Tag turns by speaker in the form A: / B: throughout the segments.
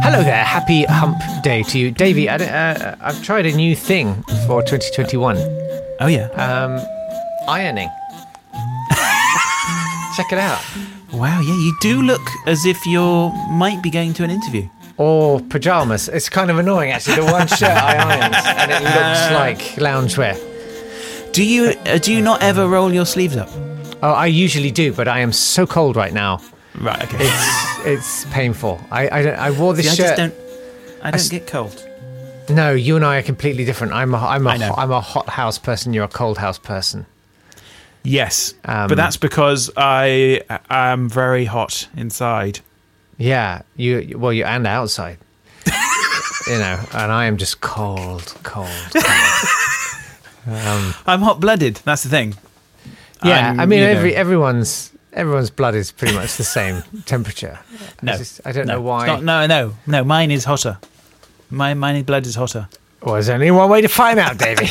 A: Hello there, happy hump day to you. Davey, I don't- uh, I've tried a new thing for 2021
B: Oh yeah.
C: Uh,
A: um, ironing. Check it out.
B: Uh, Wow. Yeah, you do look as if you might be going to an interview.
A: Or pajamas. It's kind of annoying, actually. The one shirt I ironed, and it looks like loungewear.
B: Do you uh, do you not ever roll your sleeves up?
A: Oh, I usually do, but I am so cold right now.
B: Right. Okay.
A: It's, it's painful. I, I, don't, I wore this
B: See, I
A: shirt.
B: just don't. I don't
A: s-
B: get cold.
A: No, you and I are completely different. I'm a, I'm a,
B: I know.
A: am a hot house person. You're a cold house person.
C: Yes,
A: Um,
C: but that's because I am very hot inside.
A: Yeah, you well, you and outside. you know, and I am just cold, cold.
C: I'm hot blooded. That's the thing.
A: Yeah,
C: I'm,
A: I mean,
C: you know-
A: every everyone's everyone's blood is pretty much the same temperature.
B: No.
A: I, just- I don't
B: no,
A: know
B: it's
A: why.
B: Not, no, no, no. Mine is hotter. My mine blood is hotter.
A: Well, there's only one way to find out, Davy.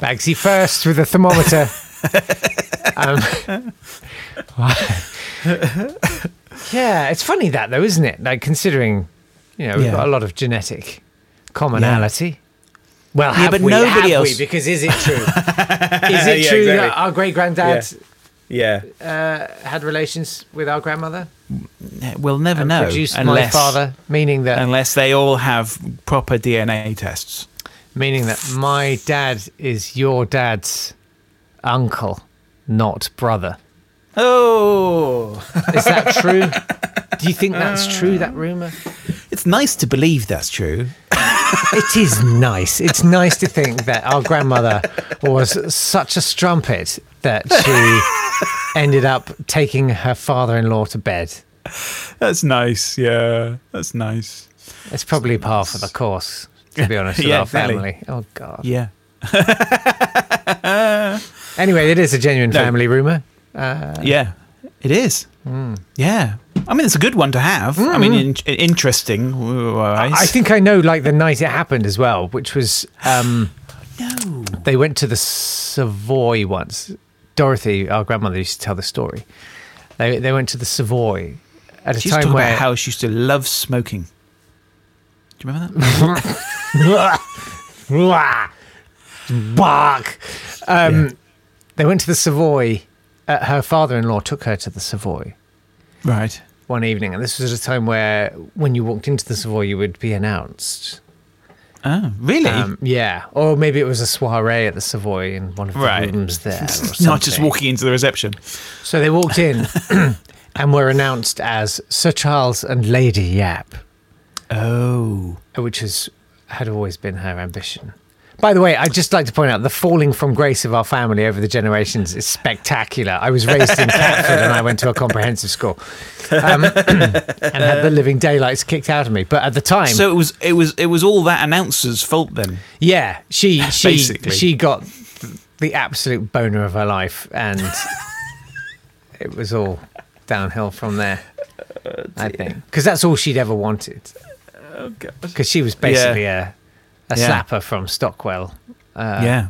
A: Bagsy first with a thermometer. um, yeah, it's funny that though, isn't it? Like considering, you know, we've
B: Yeah.
A: got a lot of genetic commonality. Well, have
B: but
A: we?
B: nobody
A: have
B: else-
A: We? Because is it true? is it
C: Yeah,
A: true
C: exactly.
A: that our great granddad
C: Yeah.
A: had relations with our grandmother
C: We'll never
A: and
C: know
A: produced my
C: unless
A: father? Meaning that
C: unless they all have proper DNA tests.
A: Meaning that my dad is your dad's uncle, not brother.
B: Oh,
A: Is that true? Do you think that's true, that rumor?
B: it's nice to believe that's true.
A: It is nice. It's nice to think that our grandmother was such a strumpet that she ended up taking her father in law to bed.
C: That's nice. Yeah, that's nice.
A: It's probably par for the course, to be honest, with
C: Yeah,
A: our
C: fairly.
A: family. Oh, God.
C: Yeah.
A: Anyway, it is a genuine family rumor.
C: Yeah, it is.
A: Hmm.
C: Yeah. I mean, it's a good one to have. I mean, in- interesting. wise.
A: I think I know, like the night it happened as well, which was um, no. They went to the Savoy once. Dorothy, our grandmother, used to tell the story. They they went to the Savoy at a
C: She used
A: time
C: to talk
A: where
C: about how she used to love smoking. Do you remember that?
A: Wah! bark. Um, They went to the Savoy. Uh, her father-in-law took her to the Savoy
C: right.
A: one evening, and this was at a time where, when you walked into the Savoy, you would be announced.
C: Oh, really?
A: Um, yeah, or maybe it was a soiree at the Savoy in one of the
C: Right.
A: rooms there. Or
C: Not just
A: something.
C: walking into the reception.
A: So they walked in and were announced as Sir Charles and Lady Yap,
C: Oh.
A: which is had always been her ambition. By the way, I'd just like to point out the falling from grace of our family over the generations is spectacular. I was raised in Catford and I went to a comprehensive school um, and had the living daylights kicked out of me. But at the time,
C: So it was it was it was all that announcer's fault then.
A: Yeah, she she
C: Basically.
A: she got the absolute boner of her life, and it was all downhill from there. I think because that's all she'd ever wanted.
C: Oh gosh.
A: because she was basically a, a
C: Yeah.
A: slapper from Stockwell.
C: yeah.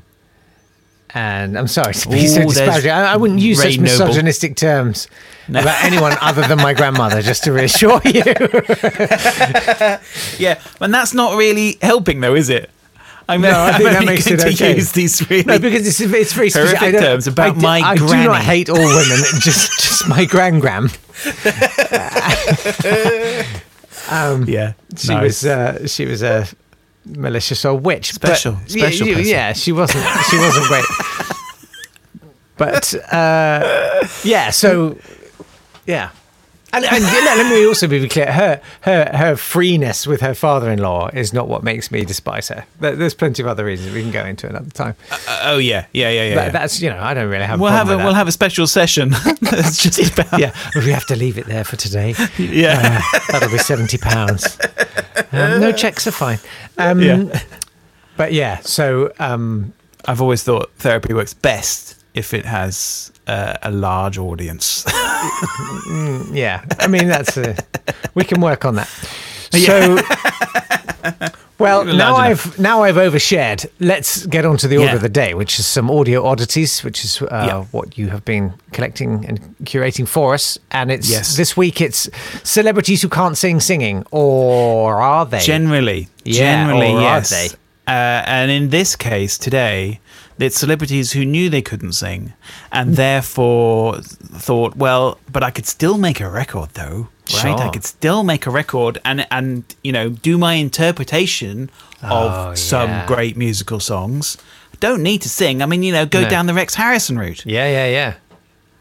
A: And I'm sorry to be
C: Ooh,
A: so
C: there's
A: disparaging. I, I wouldn't use
C: Ray
A: such
C: Noble.
A: misogynistic terms about anyone other than my grandmother, just to reassure you.
C: Yeah, and that's not really helping, though, is it? I'm,
A: No, I
C: I'm
A: think that
C: only
A: makes
C: going
A: it
C: to
A: okay.
C: use these really.
A: No, because it's, it's very specific.
C: Horrific
A: I don't-
C: terms about
A: I d-
C: my
A: I do
C: granny.
A: not hate all women, just just my grand gram.
C: yeah,
A: She was uh, she was a malicious old witch. but-
C: Special-
A: yeah,
C: special
A: you-
C: person.
A: yeah, she wasn't. She wasn't great. But uh, yeah, so yeah, and, and you know, let me also be clear: her her her freeness with her father-in-law is not what makes me despise her. There- There's plenty of other reasons we can go into another time.
C: Uh, oh yeah, yeah, yeah, yeah.
A: But
C: yeah.
A: that's you know, I don't really have.
C: we'll
A: a
C: have a
A: problem
C: we'll
A: with
C: have a special session. it's just about
A: that. Yeah, we have to leave it there for today.
C: yeah.
A: Uh, that'll be seventy pounds. Um, no checks are fine. Um,
C: Yeah.
A: But yeah, so um,
C: I've always thought therapy works best if it has uh, a large audience.
A: yeah, I mean that's a, we can work on that. So, well,
C: Large
A: now
C: enough.
A: I've now I've overshared. Let's get on to the order
C: Yeah.
A: of the day, which is some audio oddities, which is uh,
C: Yeah.
A: what you have been collecting and curating for us. And it's
C: Yes.
A: this week it's celebrities who can't sing singing, or are they?
C: Generally,
A: Yeah,
C: generally,
A: or are
C: yes.
A: they?
C: Uh, and in this case today, it's celebrities who knew they couldn't sing,
A: Hmm.
C: and therefore thought, "Well, but I could still make a record, though, right? I
A: Sure.
C: could still make a record, and and you know, do my interpretation
A: Oh,
C: of some
A: yeah.
C: great musical songs. Don't need to sing. I mean, you know, go
A: No.
C: down the Rex Harrison route.
A: yeah, yeah, yeah.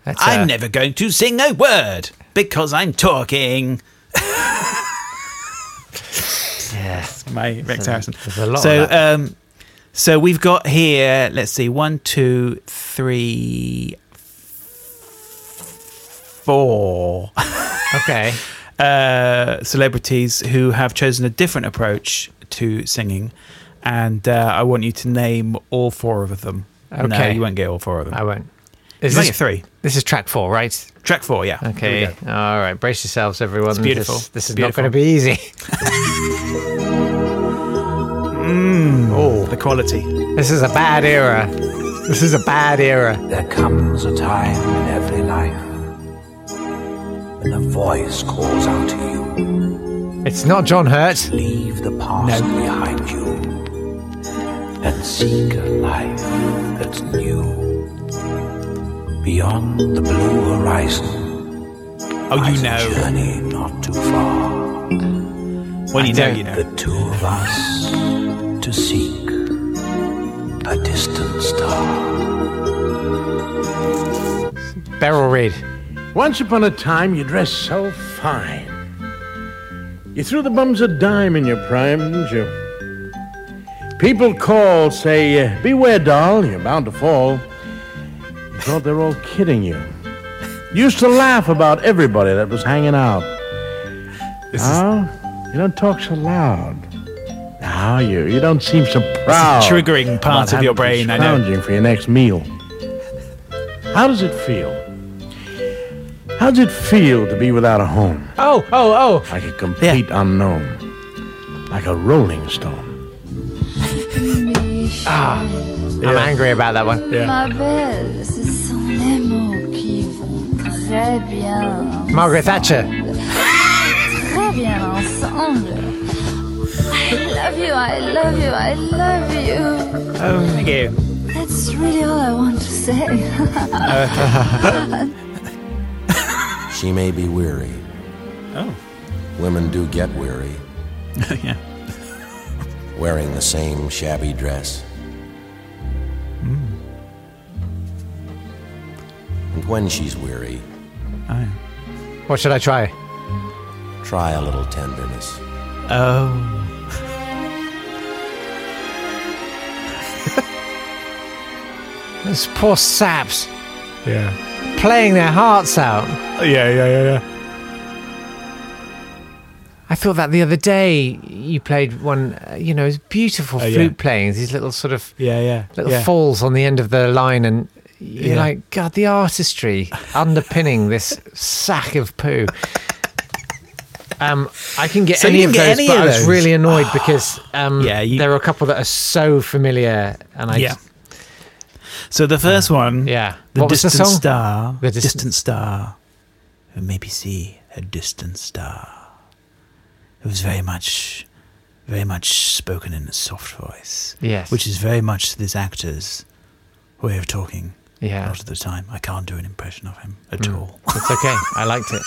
A: That's, uh,
C: I'm never going to sing a word because I'm talking.
A: yeah.
C: my Rex Harrison.
A: there's a lot
C: So,
A: of that.
C: um, so we've got here. Let's see, one, two, three, four
A: Okay.
C: uh, celebrities who have chosen a different approach to singing, and uh, I want you to name all four of them. No,
A: Okay. Uh,
C: you won't get all four of them.
A: I won't. Is
C: You might get three.
A: This is track four, right?
C: Track four, yeah. Here we
A: Okay.
C: go.
A: All right. Brace yourselves, everyone. This-
C: beautiful.
A: This,
C: It's
A: is
C: beautiful.
A: not going to be easy.
C: Oh, The quality.
A: This is a bad era. This is a bad era.
D: There comes a time in every life when a voice calls out to you.
A: It's not John Hurt.
D: Leave the past behind you and seek a life that's new. Beyond the blue horizon
C: Oh, you
D: lies a
C: know.
D: journey not too far.
C: Well, you know, you know.
D: The two of us to seek a distant star.
A: Beryl Reed.
E: Once upon a time, you dressed so fine. You threw the bums a dime in your prime, didn't you? People call, say, uh, Beware, doll, you're bound to fall. You thought they were all kidding you. You used to laugh about everybody that was hanging out. Now, you don't talk so loud. Now, you, you don't seem so proud.
C: triggering part
E: about
C: of your
E: having
C: brain, I
E: to
C: know.
E: scrounging for your next meal. How does it feel? How does it feel to be without a home?
A: Oh, oh, oh.
E: Like a complete unknown. Like a rolling stone.
A: I'm angry about that one.
F: Ma belle, ce sont les mots qui vont très bien,
A: Margaret Thatcher.
F: très bien ensemble. I love you, I love you, I love you.
C: Thank you.
F: That's really all I want to say.
D: She may be weary.
C: Oh.
D: Women do get weary
C: yeah.
D: wearing the same shabby dress.
E: Hmm.
D: And when she's weary,
A: What should I try?
D: try a little tenderness.
C: Oh.
A: Those poor saps
C: Yeah.
A: playing their hearts out.
C: Yeah, yeah, yeah, yeah.
A: I thought that the other day. You played one, uh, you know, it was beautiful
C: Oh, yeah.
A: flute playing. These little sort of
C: Yeah, yeah.
A: little
C: yeah.
A: falls on the end of the line and you're
C: Yeah.
A: like god the artistry underpinning this sack of poo Um, I can get
C: So
A: any
C: you
A: of
C: can get
A: those,
C: any
A: but
C: of
A: I was
C: those?
A: really annoyed because um,
C: Yeah, you-
A: there are a couple that are so familiar, and I
C: Yeah. So the first one,
A: Uh, yeah.
C: the
A: What was the
C: distant
A: song?
C: star,
A: The
C: the
A: dis-
C: distant star, who maybe see a distant star. It was very much, very much spoken in a soft voice.
A: Yes.
C: which is very much this actor's way of talking.
A: Yeah. Hmm.
C: a lot of the time I can't do an impression of him at all.
A: it's okay. I liked it.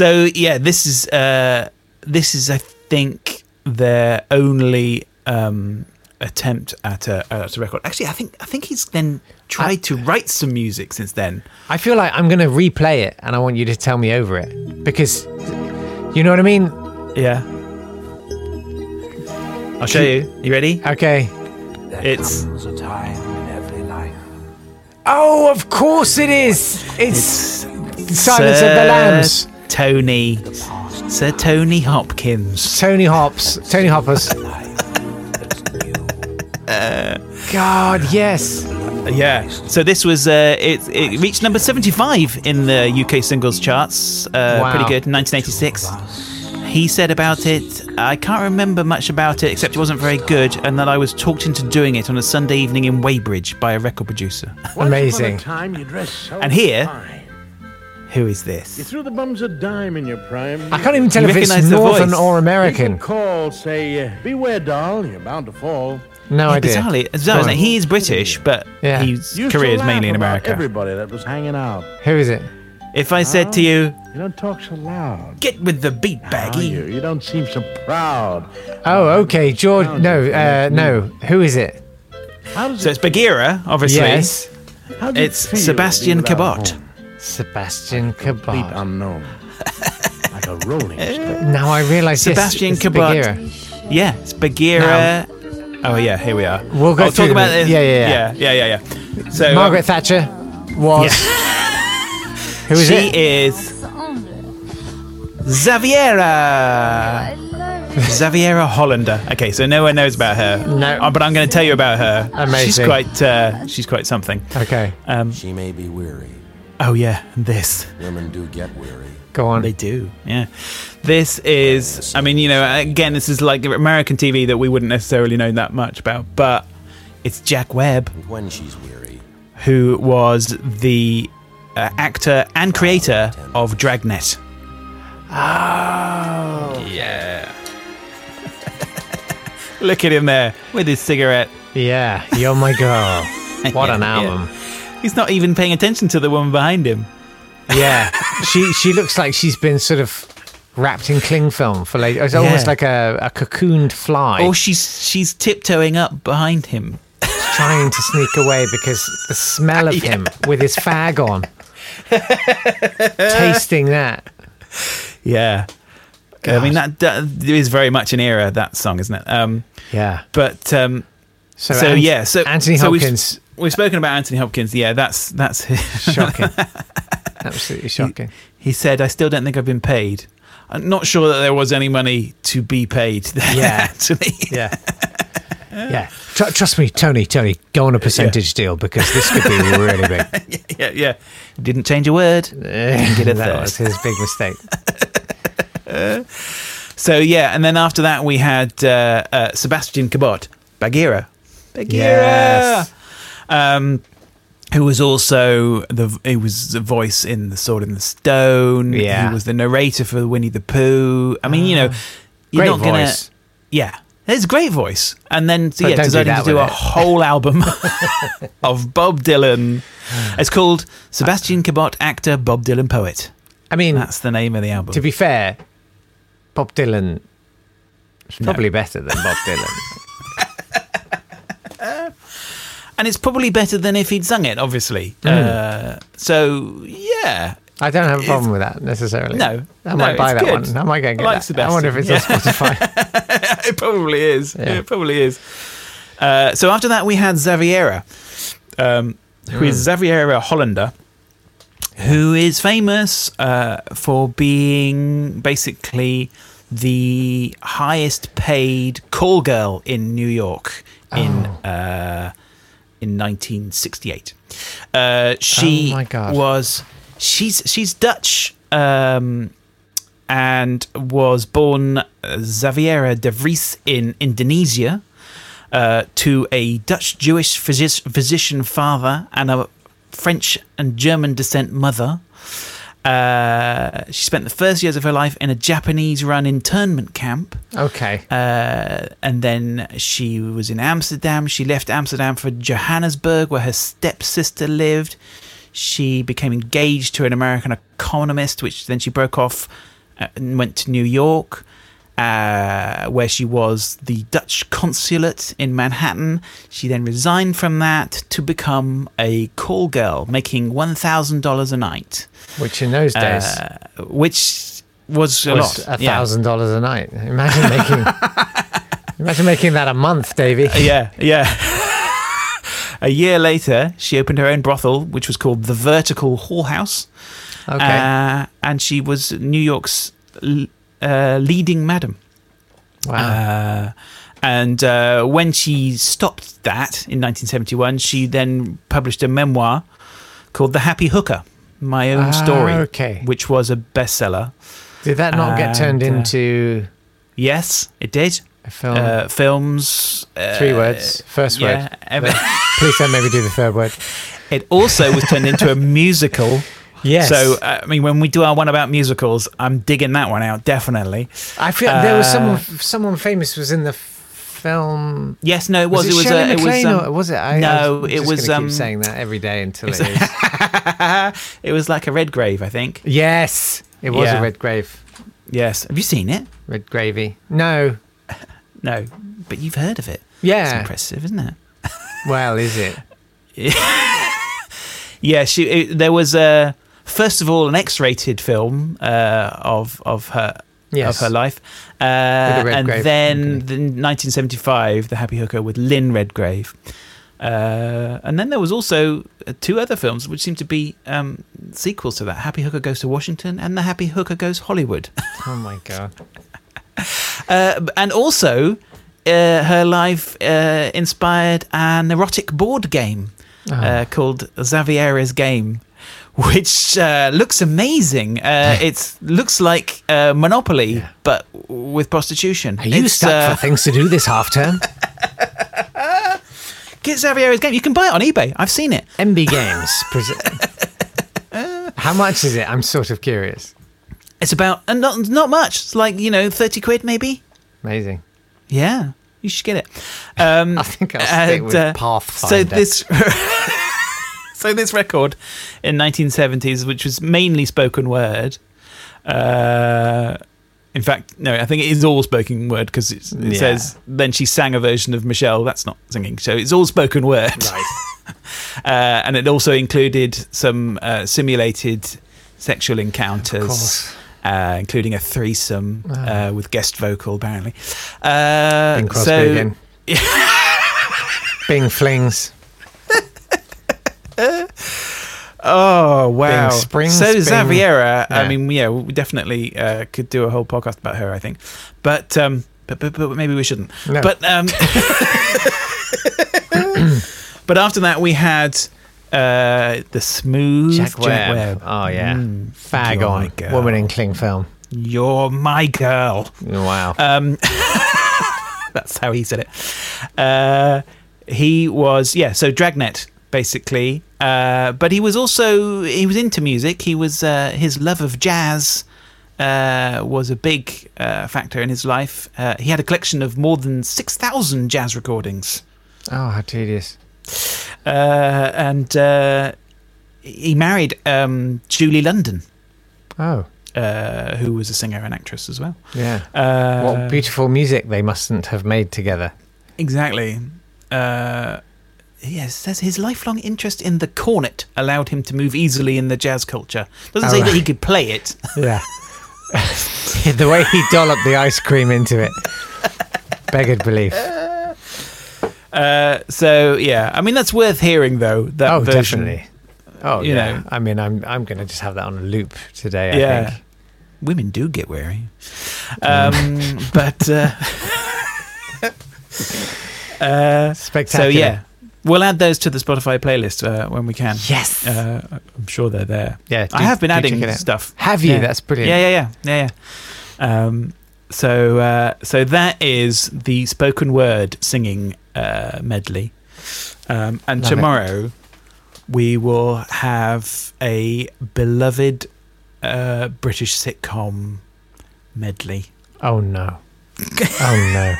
C: So yeah, this is uh, this is I think their only um, attempt at a, uh, at a record. Actually, I think I think he's then tried to write some music since then.
A: I feel like I'm going to replay it, and I want you to tell me over it because you know what I mean.
C: Yeah, I'll show you. You ready?
A: Okay.
D: There
C: It's-
D: comes a time in every life.
A: Oh, of course it is. It's, Silence of
C: Sir
A: the Lambs.
C: Tony, Sir Tony Hopkins.
A: Tony Hops. Tony Hoppers. God, yes.
C: Yeah. So this was uh, it. It reached number seventy-five in the UK singles charts. Uh,
A: Wow.
C: Pretty good. Nineteen eighty-six. He said about it, I can't remember much about it except it wasn't very good, and that I was talked into doing it on a Sunday evening in Weybridge by a record producer.
A: Amazing.
E: Once upon a time you dressed so
C: And here-
E: fine.
C: Who is
E: You
C: this?
E: threw the bums a dime in your prime.
A: I can't even tell
C: You
A: if it's
C: recognise the
A: Northern
C: voice.
A: or
E: People
A: American.
E: call, say, uh, beware, doll, you're bound to fall.
A: No idea.
C: Bizarrely, bizarre, isn't it? he is British, but
A: Yeah.
C: his
E: Used to
C: career is
E: laugh
C: mainly in
E: about
C: America.
E: Everybody that was hanging out.
A: Who is it?
C: If I said to you,
E: You don't talk so loud.
C: get with the beat,
E: Are you?
C: baggy,
E: You don't seem so proud.
A: Oh, okay. George. No, uh, no. Who is it?
E: How does
C: so
E: it,
C: it's Bagheera, obviously.
A: Yes.
E: how does it
C: It's
E: feel to be
C: Sebastian
E: without a
C: Cabot.
E: home?
A: Sebastian
E: Complete
C: um,
A: Cabot.
E: unknown. like a rolling stone.
A: Now I realise.
C: Sebastian
A: yes, it's the
C: Cabot.
A: Bagheera.
C: Yeah, it's Bagheera. Oh yeah, here we are.
A: We'll go
C: I'll
A: through
C: talk about
A: them.
C: this.
A: Yeah, yeah, yeah.
C: yeah, yeah, yeah, yeah. So
A: Margaret Thatcher was. Who is
C: she
A: it?
C: is
F: Ensemble.
C: Xaviera.
F: I love you.
C: Xaviera Hollander. Okay, so no one knows about her.
A: No.
C: Oh, but I'm going to tell you about her.
A: Amazing.
C: She's quite. Uh, she's quite something.
A: Okay,
G: She may be weary.
C: Oh yeah, this.
G: Women do get weary.
A: go on.
C: They do. Yeah. This is, I mean, you know, again, this is like American TV that we wouldn't necessarily know that much about, but it's Jack Webb,
G: When she's weary,
C: who was the uh, actor and creator of Dragnet.
A: Oh,
C: Yeah. Look at him there with his cigarette.
A: yeah. You're my girl. What an
C: Yeah, yeah.
A: album.
C: He's not even paying attention to the woman behind him.
A: Yeah, she she looks like she's been sort of wrapped in cling film for like it's almost
C: Yeah.
A: like a, a cocooned fly
C: Or she's she's tiptoeing up behind him.
A: trying to sneak away because the smell of him with his fag on, tasting that.
C: Yeah. I mean that, that is very much an era that song, isn't it? Um,
A: Yeah.
C: but um, so,
A: Ant-
C: yeah, so
A: Anthony
C: so we've-
A: Hopkins.
C: We've, spoken about Anthony Hopkins. Yeah, that's that's
A: Shocking. Absolutely shocking.
C: He said, "I still don't think I've been paid. I'm not sure that there was any money to be paid." There,
A: Yeah.
C: actually.
A: Yeah. Yeah. Tr- trust me, Tony, Tony, go on a percentage deal because this could be really big.
C: yeah, yeah. Didn't change a word. Didn't get a
A: that
C: third.
A: was his big mistake.
C: So yeah, and then after that we had uh, uh, Sebastian Cabot, Bagheera, Bagheera,
A: Yes.
C: um, who was also the he was the voice in the Sword in the Stone.
A: Yeah. Ah.
C: he was the narrator for Winnie the Pooh. I mean, you know, you're
A: Great
C: not gonna,
A: voice.
C: yeah. It's a great voice, and then
A: But
C: yeah,
A: don't do
C: decided
A: that
C: to do
A: with
C: a
A: it.
C: whole album of Bob Dylan. It's called Sebastian Cabot, actor, Bob Dylan, poet.
A: I mean,
C: That's the name of the album.
A: Hmm. to be fair, Bob Dylan is probably better than Bob Dylan.
C: and it's probably better than if he'd sung it, obviously. Uh, so yeah,
A: I don't have a problem with that necessarily.
C: No,
A: I
C: no,
A: might buy
C: it's
A: that
C: good.
A: one. I might go and get
C: I like
A: that. I wonder if it's
C: Sebastian.
A: on Spotify.
C: it probably is.
A: Yeah.
C: It probably is. Uh, so after that, we had Xaviera, um, who is
A: Hmm.
C: Xaviera Hollander, who is famous uh, for being basically the highest paid call girl in New York in
A: Oh.
C: uh, in 1968. Uh, she
A: Oh my God.
C: was she's she's Dutch. Um, and was born uh, Xaviera de Vries in Indonesia uh, to a Dutch Jewish physic- physician father and a French and German descent mother. Uh, she spent the first years of her life in a Japanese run internment camp.
A: Okay.
C: Uh, and then she was in Amsterdam. She left Amsterdam for Johannesburg, where her stepsister lived. She became engaged to an American economist, which then she broke off uh, and went to New York, uh, where she was the Dutch consulate in Manhattan. She then resigned from that to become a call girl, making $1,000 a night.
A: Which in those days
C: Uh, which was a
A: was
C: lot.
A: a
C: yeah.
A: thousand dollars a night. Imagine making imagine making that a month, Davy.
C: yeah, yeah. a year later, she opened her own brothel, which was called the Vertical Whorehouse.
A: Okay.
C: Uh, and she was New York's l- uh, leading madam.
A: Wow.
C: Uh, and uh, when she stopped that in 1971, she then published a memoir called The Happy Hooker My Own
A: Ah,
C: Story,
A: okay.
C: which was a bestseller.
A: Did that not get turned
C: and, uh,
A: into
C: Yes, it did.
A: a film?
C: Uh, films. Uh,
A: Three words. First
C: yeah,
A: word.
C: ever-
A: Please don't maybe do the third word.
C: It also was turned into a musical.
A: Yes.
C: So, uh, I mean, when we do our one about musicals, I'm digging that one out, definitely.
A: I feel there was
C: uh,
A: someone someone famous was in the f- film.
C: Yes, no, it was.
A: Was, it,
C: was,
A: Shirley
C: uh, it was,
A: MacLaine
C: um,
A: or was it? I,
C: no,
A: I'm
C: it
A: just
C: was.
A: gonna
C: Um,
A: keep saying that every day until
C: it's-
A: it is.
C: it was like a Redgrave, I think.
A: yes, it was
C: Yeah.
A: a red grave,
C: Yes. Have you seen it?
A: red gravy. No,
C: No, but you've heard of it. It's
A: yeah.
C: impressive, isn't it?
A: Well, is it?
C: Yeah, she. It, there was a first of all an X-rated film uh, of of her
A: Yes.
C: of her life, uh,
A: Red
C: and
A: Grave
C: then
A: company.
C: the 1975, The Happy Hooker with Lynn Redgrave, uh, and then there was also uh, two other films which seem to be um, sequels to that: Happy Hooker Goes to Washington and The Happy Hooker Goes Hollywood.
A: Oh my god.
C: Uh, and also, uh, her life uh, inspired an erotic board game
A: Ah.
C: uh, called Xaviera's Game, which uh, looks amazing. Uh, it looks like uh, Monopoly, but with prostitution.
A: Are you
C: It's,
A: stuck
C: uh,
A: for things to do this half term?
C: Get Xaviera's Game. You can buy it on eBay. I've seen it.
A: MB Games. Prese- How much is it? I'm sort of curious.
C: It's about and not not much. It's like you know, thirty quid maybe.
A: Amazing.
C: Yeah, you should get it. Um, uh,
A: I think I'll stick with
C: So
A: Pathfinder.
C: this, so this record in 1970s, which was mainly spoken word. Uh, in fact, no, I think it is all spoken word because it
A: Yeah.
C: says then she sang a version of Michelle. That's not singing, so it's all spoken word. Uh, and it also included some uh, simulated sexual encounters,
A: course.
C: uh, including a threesome uh, with guest vocal, apparently. Uh,
A: Bing Crosby
C: so,
A: again. Bing flings.
C: Oh wow!
A: Bing Springs,
C: so
A: Bing-
C: Xaviera, I
A: Yeah.
C: mean, yeah, we definitely uh, could do a whole podcast about her. I think, but um, but, but but maybe we shouldn't.
A: No.
C: But um, but after that, we had uh, the smooth
A: Jack Webb. Oh yeah.
C: Mm.
A: Fag
C: You're my
A: on.
C: girl.
A: Woman in cling film.
C: You're my girl.
A: Wow.
C: Um, that's how he said it. Uh, he was yeah, so Dragnet basically, uh, but he was also he was into music. He was uh, his love of jazz uh, was a big uh, factor in his life. Uh, he had a collection of more than six thousand jazz recordings,
A: oh, how tedious.
C: uh, and uh, he married um, Julie London,
A: Oh,
C: uh, who was a singer and actress as well.
A: yeah.
C: Uh,
A: what beautiful music they mustn't have made together.
C: Exactly. Uh, yes, says his lifelong interest in the cornet allowed him to move easily in the jazz culture. Doesn't
A: Oh,
C: say that
A: right.
C: he could play it.
A: Yeah. the way he dolloped the ice cream into it. Beggared belief.
C: Uh, so yeah, I mean that's worth hearing though. That
A: oh,
C: version.
A: definitely. Oh,
C: you
A: yeah.
C: know.
A: I mean, I'm I'm going to just have that on a loop today. I
C: Yeah.
A: think.
C: Women do get wary, um, but uh, uh,
A: Spectacular.
C: so Uh, yeah, We'll add those to the Spotify playlist uh, when we can.
A: Yes.
C: Uh, I'm sure they're there.
A: Yeah,
C: I
A: do-
C: have been
A: do check
C: adding
A: it out.
C: stuff.
A: Have you?
C: Yeah.
A: That's brilliant.
C: Yeah, yeah, yeah, yeah, yeah. Um, so, uh, so that is the spoken word singing uh, medley. Um, and
A: Love it.
C: tomorrow we will have a beloved uh, British sitcom medley.
A: Oh no. Oh no.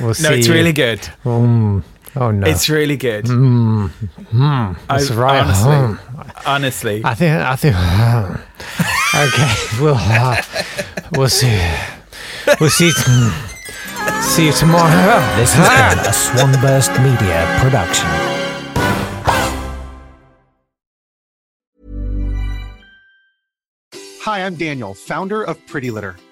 A: we'll
C: No,
A: see.
C: it's really good.
A: Mm. Oh no.
C: It's really good.
A: Mm. Mm.
C: I-
A: It's right.
C: honestly,
A: Mm.
C: honestly,
A: I think. I think. okay. We'll. Uh, we'll see. We'll see. see you tomorrow.
H: This has been a Swanburst Media production.
I: Hi, I'm Daniel, founder of Pretty Litter.